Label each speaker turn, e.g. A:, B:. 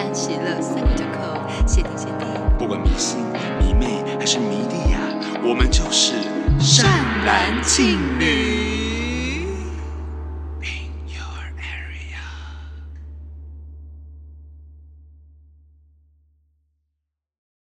A: 啊还是迷弟呀、我们就是善男信女。